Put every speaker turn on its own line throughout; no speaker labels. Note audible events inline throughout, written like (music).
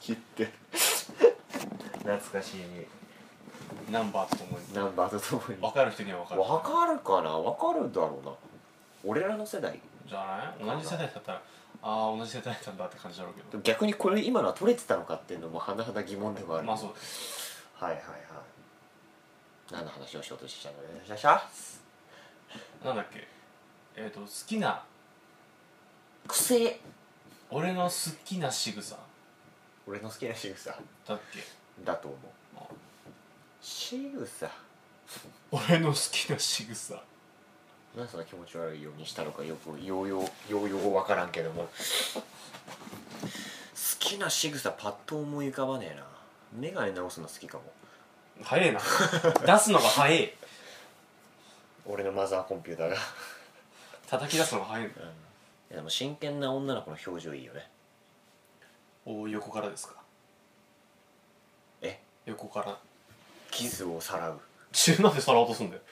切って懐かしい
ナンバーとともに
ナンバーとともに
分かる人には分かる
わかるかなわかるだろうな俺らの世代
じゃない同じ世代だったらああ同じ世代なんだって感じだろうけ
でも逆にこれ今のは取れてたのかっていうのも甚だ疑問でもあ
ど
る
まあそう
はいはいはい何の話をしようとしたのよしゃしゃ
なんだっけえっ、と好きな
癖
俺の好きな仕草
俺の好きな仕草
だっけ
だと思
あ
う仕草
俺の好きな仕草
なんでそんな気持ち悪いようにしたのかよくようようようよう分からんけども好きな仕草パッと思い浮かばねえな眼鏡直すの好きかも
早 (laughs) えな出すのが早え
俺のマザーコンピューターが
叩き出すのが早い
うんいやでも真剣な女の子の表情いいよね
おお横からですか
え
横から
キスをさらう
中なんで皿落とすんだよ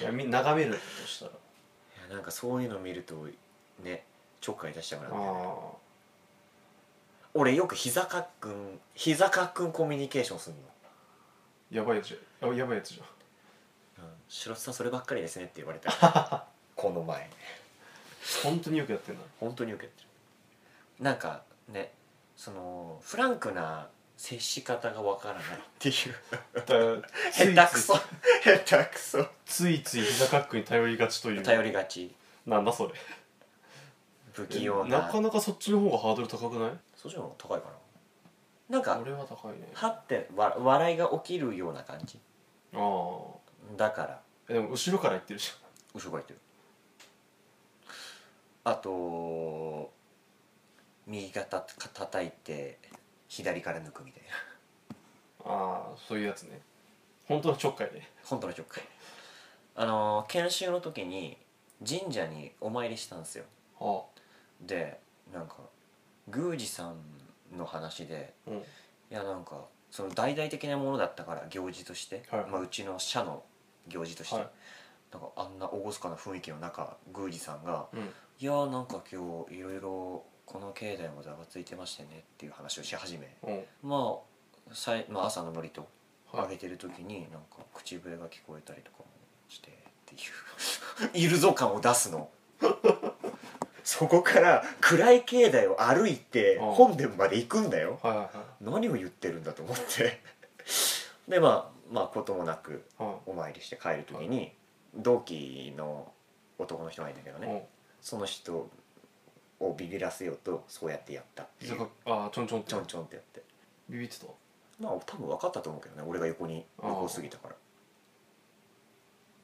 いやみ眺めるとしたら
いやなんかそういうの見るとねちょっかい出したくなるんだよね
あ
俺よく膝かっくん膝かっくんコミュニケーションするの、
あやばいやつじゃんややばいやつじゃん
うん、白津さんそればっかりですねって言われた (laughs) この前
本当によくやってんだ
本当に受けてるなんかねそのフランクな接し方がわからないって (laughs) いう
つい
下手くそ下手くそ
ついつい膝カックに頼りがちという
頼りがち
なんだそれ
不器用な
なかなかそっちの方がハードル高くない
そっちの方が高いかななんか
俺は高いねあ
はってわ笑いが起きるような感じ
あー
だから
えでも後ろから言ってるじ
後ろから言ってるあと右肩た叩いて左から抜くみたいな
ゃんああそういうやつね本当のちょっかいね
本当のちょっかいあのー研修の時に神社にお参りしたんですよ
あ
でなんか宮司さんの話で
あうん
いやなんかその大々的なものだったから行事として、
はい
まあ、うちの社の行事として、
はい
なんかあんな厳かな雰囲気の中宮司さんが
うん
「いやーなんか今日いろいろこの境内もざわついてましてね」っていう話をし始め
うん
まあさい、まあ、朝のノリと
は
上げてる時になんか口笛が聞こえたりとかもしてっていう (laughs) いるぞ感を出す
(laughs)
のそこから暗い境内を歩いて
うん
本殿まで行くんだよ
はいはいは
何を言ってるんだと思って (laughs) でまあまあこともなく
いは
お参りして帰る時に同期の男の人がいるんだけど
い、
ね、その人をビビらせようとそうやってやったって
う
い
ん膝
う
かああちょんちょんって
ちょんちょんってやって
ビビってた
まあ多分分かったと思うけどね俺が横に
あー
横すぎたから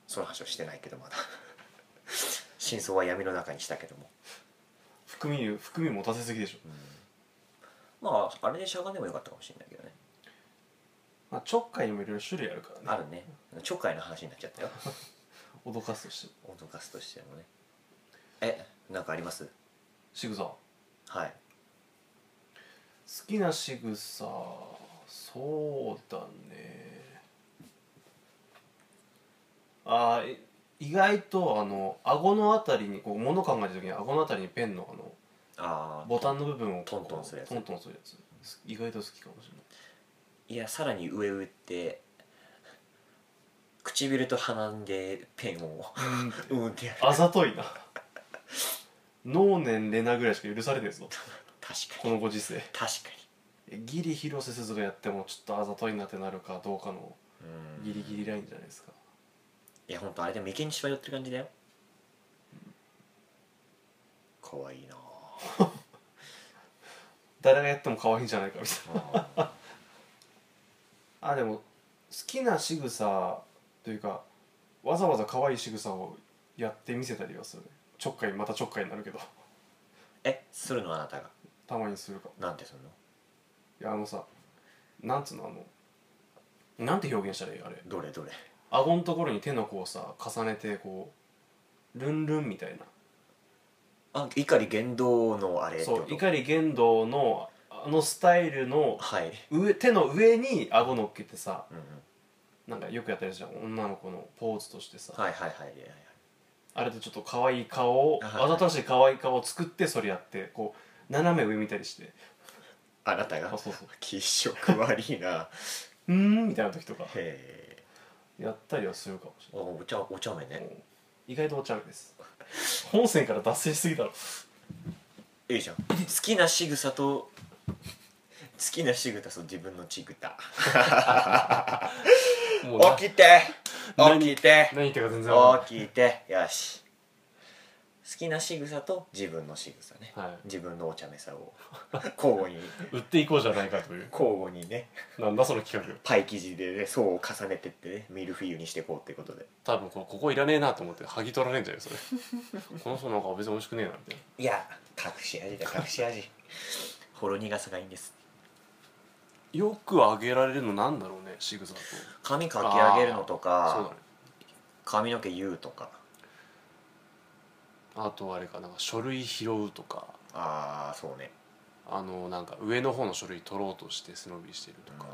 その話はしてないけどまだ (laughs) 真相は闇の中にしたけども、
含み含み持たせすぎでしょ、
まああれでしゃがんでもよかったかもしれないけどね
まあ、ちょっかいにもいろいろ種類あるからね
あるねちょっかいの話になっちゃ (laughs) ったよ
脅かすとして
脅かすとしてもねえなんかあります
仕草好
はい
きな仕草そうだねあーい意外とあの顎のあたりにこう物考えた時に顎のあたりにペンのあの
ああ
ボタンの部分を
トントンするやつ
トントンするやつす意外と好きかもしれない
いやさらに上打って唇と鼻でペンを (laughs) うんってやる
あざといな能年レナぐらいしか許されねえぞ
確か
こ
に
のご時世
確か
ギリ広瀬すずがやってもちょっとあざといなってなるかどうかの
にうん
ギリギリラインじゃないですか
いやほんとあれでも眉間にしわ寄ってる感じだよかわいいな
誰がやっても可愛いんじゃないかみたい
あ
なあでも好きな仕草というかわざわざ可愛い仕草をやってみせたりはするねちょっかいまたちょっかいになるけど (laughs)
えするのあなたが
たまにするか
なんてするの
いやあのさなんつうのあのなんて表現したらいいあれ
どれどれ
顎のところに手の甲をさ重ねてこうルンルンみたい
あ怒り言動のあれ
な
って
そ
こ
う
と
碇玄道のあのスタイルの
はい、
上手の上に顎乗っけてさ
うんうん、
なんかよくやったりするじゃん女の子のポーズとしてさ、
はいはいはいはい
あれとちょっと可愛い顔を
はいはい
わざとらしい可愛い顔を作ってそれやってこう斜め上見たりして
あなた
あ
が
そうそう
気色悪いな
うーんみたいな時とか
へえ
やったりはするかもし
おお茶お茶目
れない
ね、
意外とお茶目です本線から脱線しすぎだろ
いいじゃん好きな仕草と好きな仕草と自分のちぐた
もうな
起きて
何
起きて
何言ってるか全然わかん
起きてよし好きな仕草と自分の仕草ね
ない、はい、
自分のお茶目さを交互に
売っていこうじゃないかという
交互にね
なんだその企画
パイ生地でね層を重ねてってねミルフィーユにしていこうってことで
多分こここいらねえなと思って剥ぎ取られんじゃないそれこの人なんか別に美味しくねえなみたいない
や隠し味だ隠し味ほろ苦さがいいんです
よくあげられるのなんだろうね仕草と
髪かき上げるのと
そうだ
か
ね
髪の毛言うとか
あとあれかなんか書類拾うとか
ああそうね
あのなんか上の方の書類取ろうとして背伸びしてると
うん
か、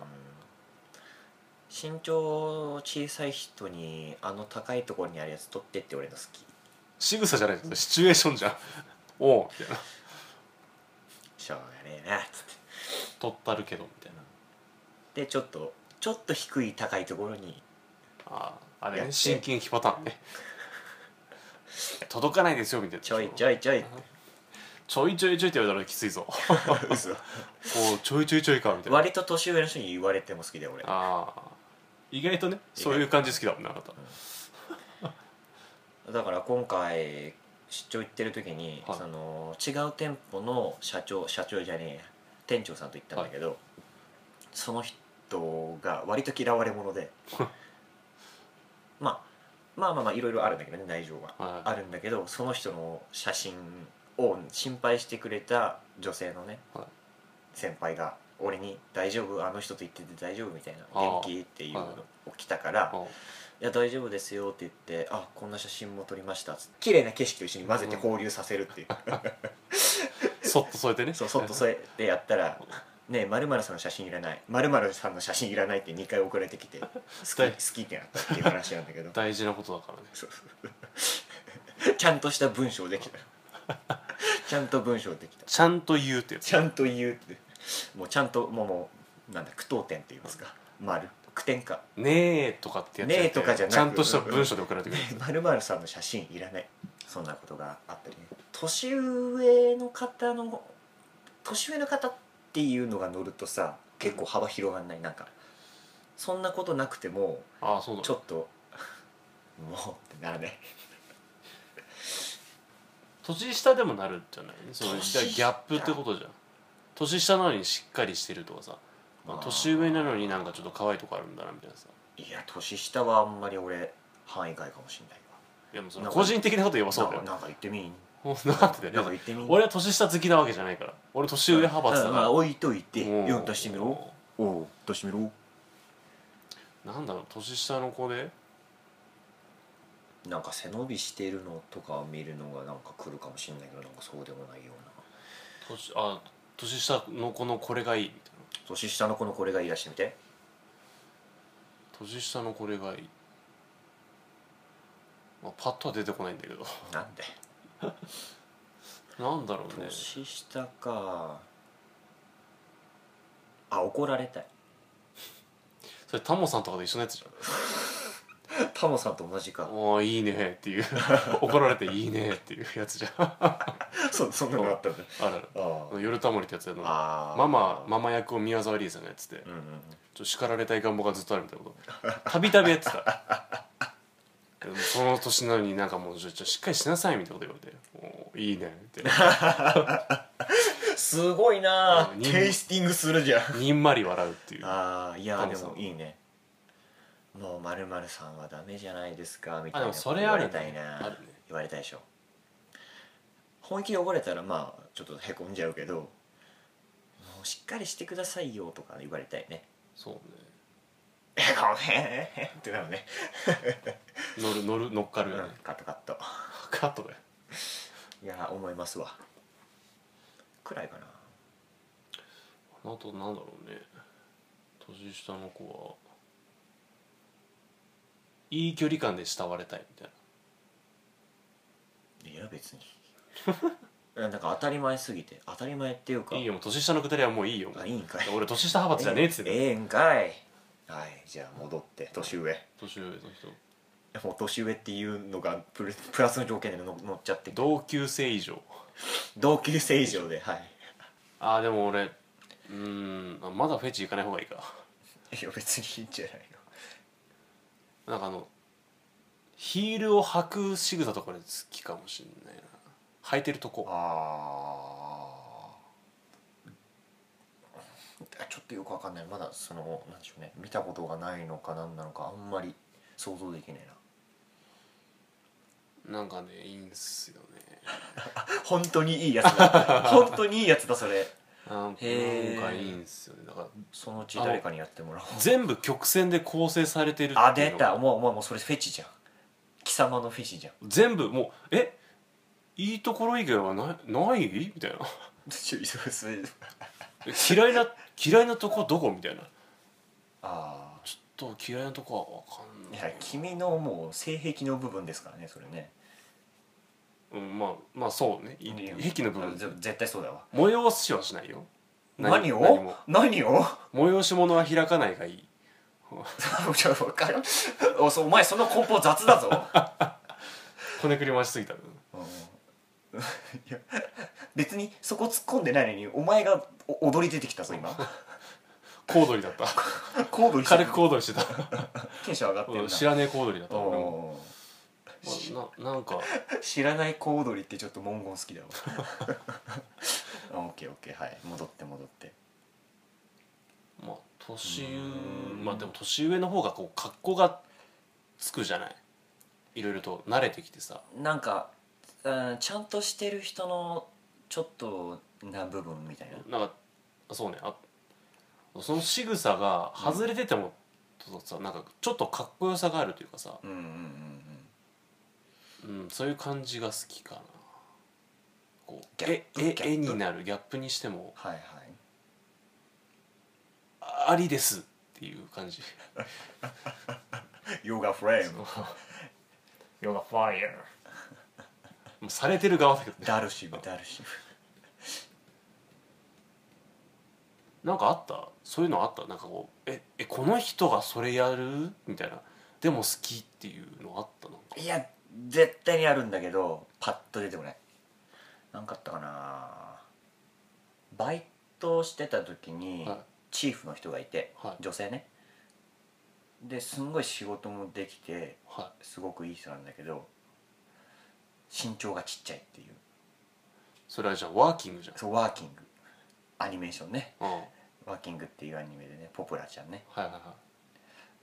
身長小さい人にあの高いところにあるやつ取ってって俺の好き
仕草じゃないですシチュエーションじゃん (laughs) おおみたいな
しょうがねえなっつっ
取ったるけどみたいな
てでちょっとちょっと低い高いところに
あーあれ
やっ
ね
て
心筋皮パター (laughs) ンね届かないですよみたいな
ちょいちょいちょい
(laughs)
って
ちょいちょいちょいって言われたらきつい (laughs) ぞこ
嘘
うちょいちょいちょいかみたいな
(laughs) 割と年上の人に言われても好きだよ俺
ああ意外とねそういう感じ好きだもんねあなた
だから今回出張行ってる時に、
はい
その違う店舗の社長社長じゃねえや店長さんと行ったんだけど、その人が割と嫌われ者
(laughs)
でまあまあまあまあいろいろあるんだけどね内情は、
はい
あるんだけどその人の写真を心配してくれた女性のね、
はい
先輩が俺に「大丈夫あの人と言ってて大丈夫」みたいな「
あー
元気?」っていうの
はい
を来たから「
あ
いや大丈夫ですよ」って言って「あこんな写真も撮りました」つって綺麗な景色と一緒に混ぜて放流させるっていう、
(laughs) そっと添えてね
そうそっとそうやってやったら「ねえまるさんの写真いらないまるさんの写真いらない」って2回送られてきて「好き
大
好き」ってなったっていう話なんだけど
大事なことだからね
そうそうちゃんとした文章できたちゃんと文章できた
ちゃんと言うってやつ
ちゃんと言うってもうちゃんともうもうなんだ句読点って言いますか丸句点か (laughs)
ねえとかってやつ
ねえとかじゃなく
ちゃんとした文章で送られてくるやつ
まるまるさんの写真いらないそんなことがあったりね年上の方の年上の方っていうのが乗るとさ結構幅広がんないなんかそんなことなくても
ああそうだ
ちょっと (laughs) もうってならない
年下でもなるんじゃないそう
年
じ
下
ゃあギャップってことじゃん年下なのにしっかりしてるとかさ、まあ
あー
年上なのになんかちょっと可愛いとこあるんだなみたいなさ
いや年下はあんまり俺範囲外かもしんないわ
いやもうそれ
なんか
個人的なこと言えばそうだ
な
よ
んか
ね
なんか言ってみん
ほんとなんてだ
なん
よ
か
ね
言ってみん
俺は年下好きなわけじゃないから俺年上派閥だ
ま
か
あ
ら
置いといて
うん
4出してみろおお出してみろ
なんだろう年下の子で
なんか背伸びしてるのとかを見るのがなんか来るかもしんないけどなんかそうでもないような
年あ年下の子のこれがいいみたいな
年下の子のこれがいいらしてみて
年下のこれがいい、まあ、パッとは出てこないんだけど
なんで
なんだろうね
年下かあ怒られたい
それタモさんとかと一緒のやつじゃん
タモさんと同じか
おーいいねっていう
(laughs)
怒られていいねっていうやつじゃんあ
そそんなのあったんだ
らら
あ
夜タモリってやつやのマ
あ
マママ役を宮沢りえさんがやっててちょ
うんうん
っと叱られたい願望がずっとあるみたいなことたびたびやってたでもその年なのになんかもうちょちょしっかりしなさいみたいなこと言われて「おーいいね」って
すごいなあ
うん
テイスティングするじゃん
にんまり笑うっていうあ
ああいや
タモ
で
さん
もいいねもうまるさんはダメじゃないですかみたい
で
な
もそれ
言わ
あ
れ
る
たい
ね
な、
あるね
言われたいでしょ本気で怒られたらまあちょっとへこんじゃうけどもうしっかりしてくださいよとか言われたいね
そうね
え (laughs) ごめんってなるね
乗る乗る乗っか
う
る
ん
よね、
カットカット
カットだよ
いや思いますわくらいかな
あとなんだろうね年下の子はいい距離感で慕われたいみたい
いや
(laughs)
別にいやなんか当たり前すぎて当たり前っていうか
ないいよもう年下のくだりはもういいよ
あいいんかい
俺年下派閥じゃねえっつってんだよ
ええんかいはいじゃあ戻って年上
年上の人
もう年上っていうのがプルプラスの条件での乗っちゃって
同級生以上
同級生以上ではい
ああでも俺うーんあまだフェチ行かない方がいいか
いや別にいいんじゃないの
なんかあのヒールを履く仕草とかで好きかもしんないな履いてるとこ
ああちょっとよくわかんないまだそのなんでしょうね見たことがないのかなんなのかあんまり想像できない
なんかねいいんすよね
な本当にいいやつ
(laughs)
だ本当にいいやつだそれ
なんか
へー
なんかいいんすよねだから
そのうち誰かにやってもらおう
全部曲線で構成されてるっていうのが
あ出たもうもうもうそれフェチじゃん貴様のフェチじゃん
全部もうえいいところ以外はないないみたいな (laughs) 嫌いな嫌いなとこどこみたいな
(laughs) あ
ちょっと嫌いなとこは分かん
あい
ない
や君のもう性癖の部分ですからねそれね
うん、まあまあそうねい壁の部分
ぜ絶対そうだわ
催しはしないよ
何
も
を何を (laughs)
催し物は開かないがいい
ちょっと分かるおそお前その梱包雑だぞ、
こねくり回しすぎた
うんいや別にそこ突っ込んでないのにお前がお踊り出てきた (laughs) ぞ今
小躍りだった
コードに
(laughs) 軽く小躍りしてた (laughs)
テンション上がってる
う
なん
知らねえ小躍りだった
お
俺も、
ー
まあななんか
知らない小踊りってちょっと文言好きだ (laughs) わあオッケーオッケーはい戻って戻って
まあ年上
うん
まあでも年上の方がこう格好がつくじゃないいろいろと慣れてきてさ
なんか、うん、ちゃんとしてる人のちょっとな部分みたいな
なんかそうねあその仕草が外れてても、ちょっとさなんかちょっとかっこよさがあるというかさ、
うんうんうんうん
うん、そういう感じが好きかなこう
ギャッ
え
プ
え
ギャップ
絵になるギャップにしても
はいはい
あありですっていう
(laughs)
感じ
ヨガフレーム
ヨガファイヤー
もうされてる側だけどね
ダルシムダルシム
なんかあったそういうのあったなんかこうええこの人がそれやるみたいなでも好きっていうのあったなんか
いや絶対にあるんだけどパッと出てこないなんかあったかなバイトしてた時に
はい
チーフの人がいて、
はい
女性ねですんごい仕事もできて
は
すごくいい人なんだけど身長がちっちゃいっていう
いそれはじゃあワーキングじゃん
そうワーキングアニメーションね
うんはい
ワーキングっていうアニメでねポプラちゃんね
はいは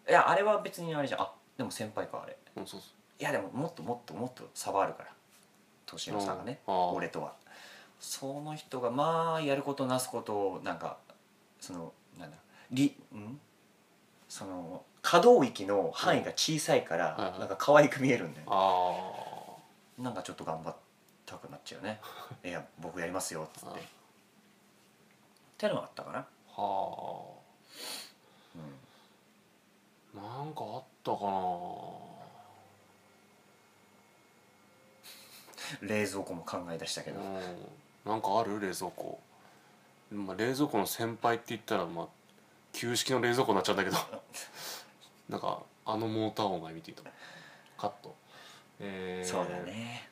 い
やあれは別にあれじゃんあでも先輩かあれ
いうんそうそう
いやでももっともっともっと差はあるから年の差がね
うんああ
俺とはその人がまあやることなすことをなんかそのなんだりんその可動域の範囲が小さいか
うんはいは
ら
い
なんか可愛く見えるんだよね
あ
なんかちょっと頑張ったくなっちゃうねいや僕やりますよっつっ
あ
てってのがあったかな
あはあなんかあったかな
冷蔵庫も考え出したけど
うんなんかある冷蔵庫、まあ、冷蔵庫の先輩って言ったらまあ旧式の冷蔵庫になっちゃうん (laughs) だけどなんかあのモーター音が見ていたカットえー
そうだね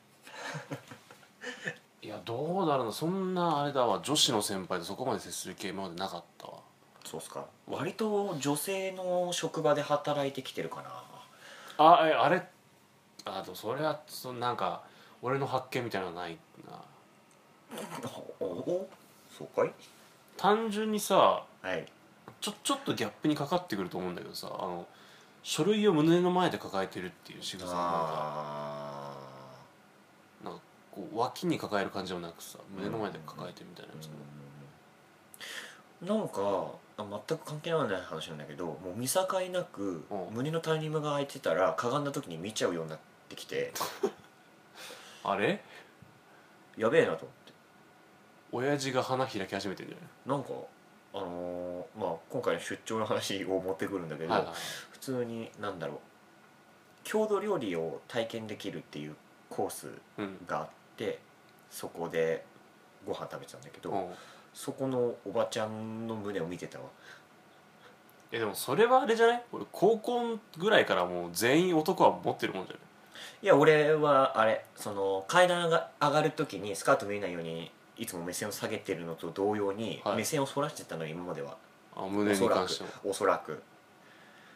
いやどうだろうなそんなあれだわ女子の先輩とそこまで接する系今までなかったわ
そうっすか割と女性の職場で働いてきてるかな
あえあれあでもそれはそのなんか俺の発見みたいなのはないな
おおそうかい
単純にさ
はい
ちょちょっとギャップにかかってくると思うんだけどさあの書類を胸の前で抱えてるっていう仕草なんか
あ
なんかこう脇に抱える感じもなくさ胸の前で抱えてるみたいなやつ、
なんかあ全く関係のない話なんだけどもう見境なく
うん
胸のタイニングが空いてたらかがんだ時に見ちゃうようになってきて
あれ
やべえなと思って
親父が花開き始めてんじゃ
なんかあのーまあ今回の出張の話を持ってくるんだけど、
ない、はいはい、
普通になんだろう郷土料理を体験できるっていうコース
うん
があってそこでご飯食べてたんだけど、
うん
そこのおばちゃんの胸を見てたわ
えでもそれはあれじゃない俺高校ぐらいからもう全員男は持ってるもんじゃない
いや俺はあれその階段が上がる時にスカート見えないようにいつも目線を下げてるのと同様に、
はい
目線を反らしてたの今までは
あ
お
胸
そ
に
ら
関
く
しても
おそらく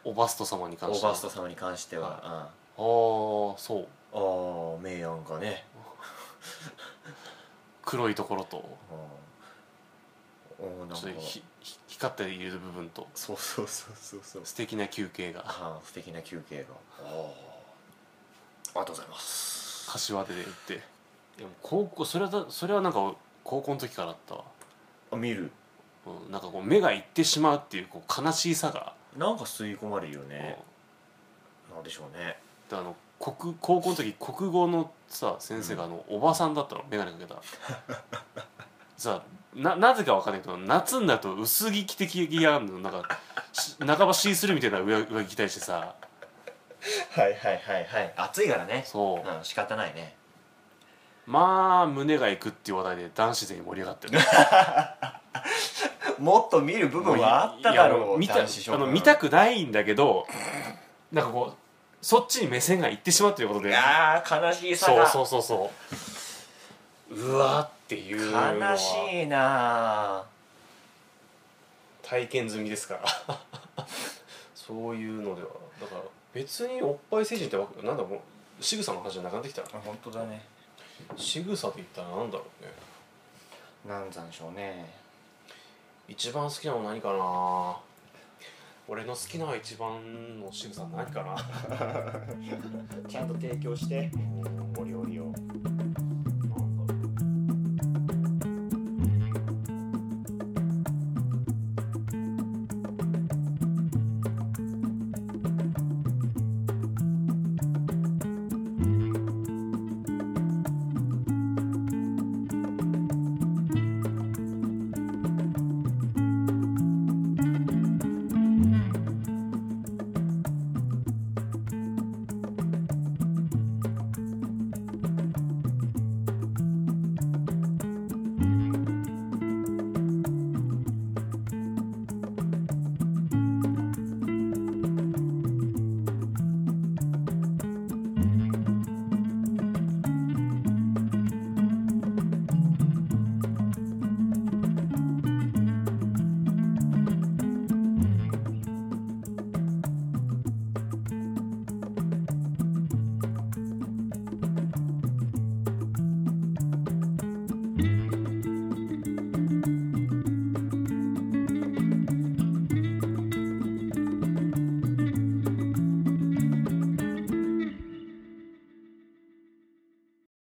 おバスト様に関
オ
し
ー
ても
バースト様に関しては、
はい
うん
ああそう
ああ明暗がね、
黒いところと
うん、おーなん
ちょっ
か
とひひ光っている部分と
そうそうそうそうそう
素敵な休憩が (laughs)
あー素敵な休憩があーありがとうございます
柏手で行ってでも高校それはだそれはなんか高校の時からあったわ、
あ見る
うん、なんかこう目が行ってしまうっていうこう悲しさが、
なんか吸い込まれるよ
うん
ね、なんでしょうね
であの国高校の時国語のさ先生があの、おばさんだったの眼鏡かけた (laughs) さななぜかわかんないけど夏になると薄着着てきやんのなんかし半ばシースルーみたいな上上着着たりしてさ
はいはいはいはい暑いからね
そう、
うん仕方ないね
まあ胸がいくっていう話題で男子全員盛り上が (laughs) ってる
もっと見る部分はあっただ
いや
ろ
も
う
見た
男子諸
あ
君
の見たくないんだけどなんかこうそっちに目線がいってしまうということで
あー悲しいさ
そう
が
そうそうそううわっていうのは
悲しいなあ
体験済みですから (laughs) そういうのではだから別におっぱい成人ってわけなんだもう仕草の話じゃなくなってきた
本当だね
仕草って言ったらなんだろうね
なんざんでしょうね
一番好きなの何かな俺の好きな一番の仕草何かな
(laughs) ちゃんと提供してお料理を
あ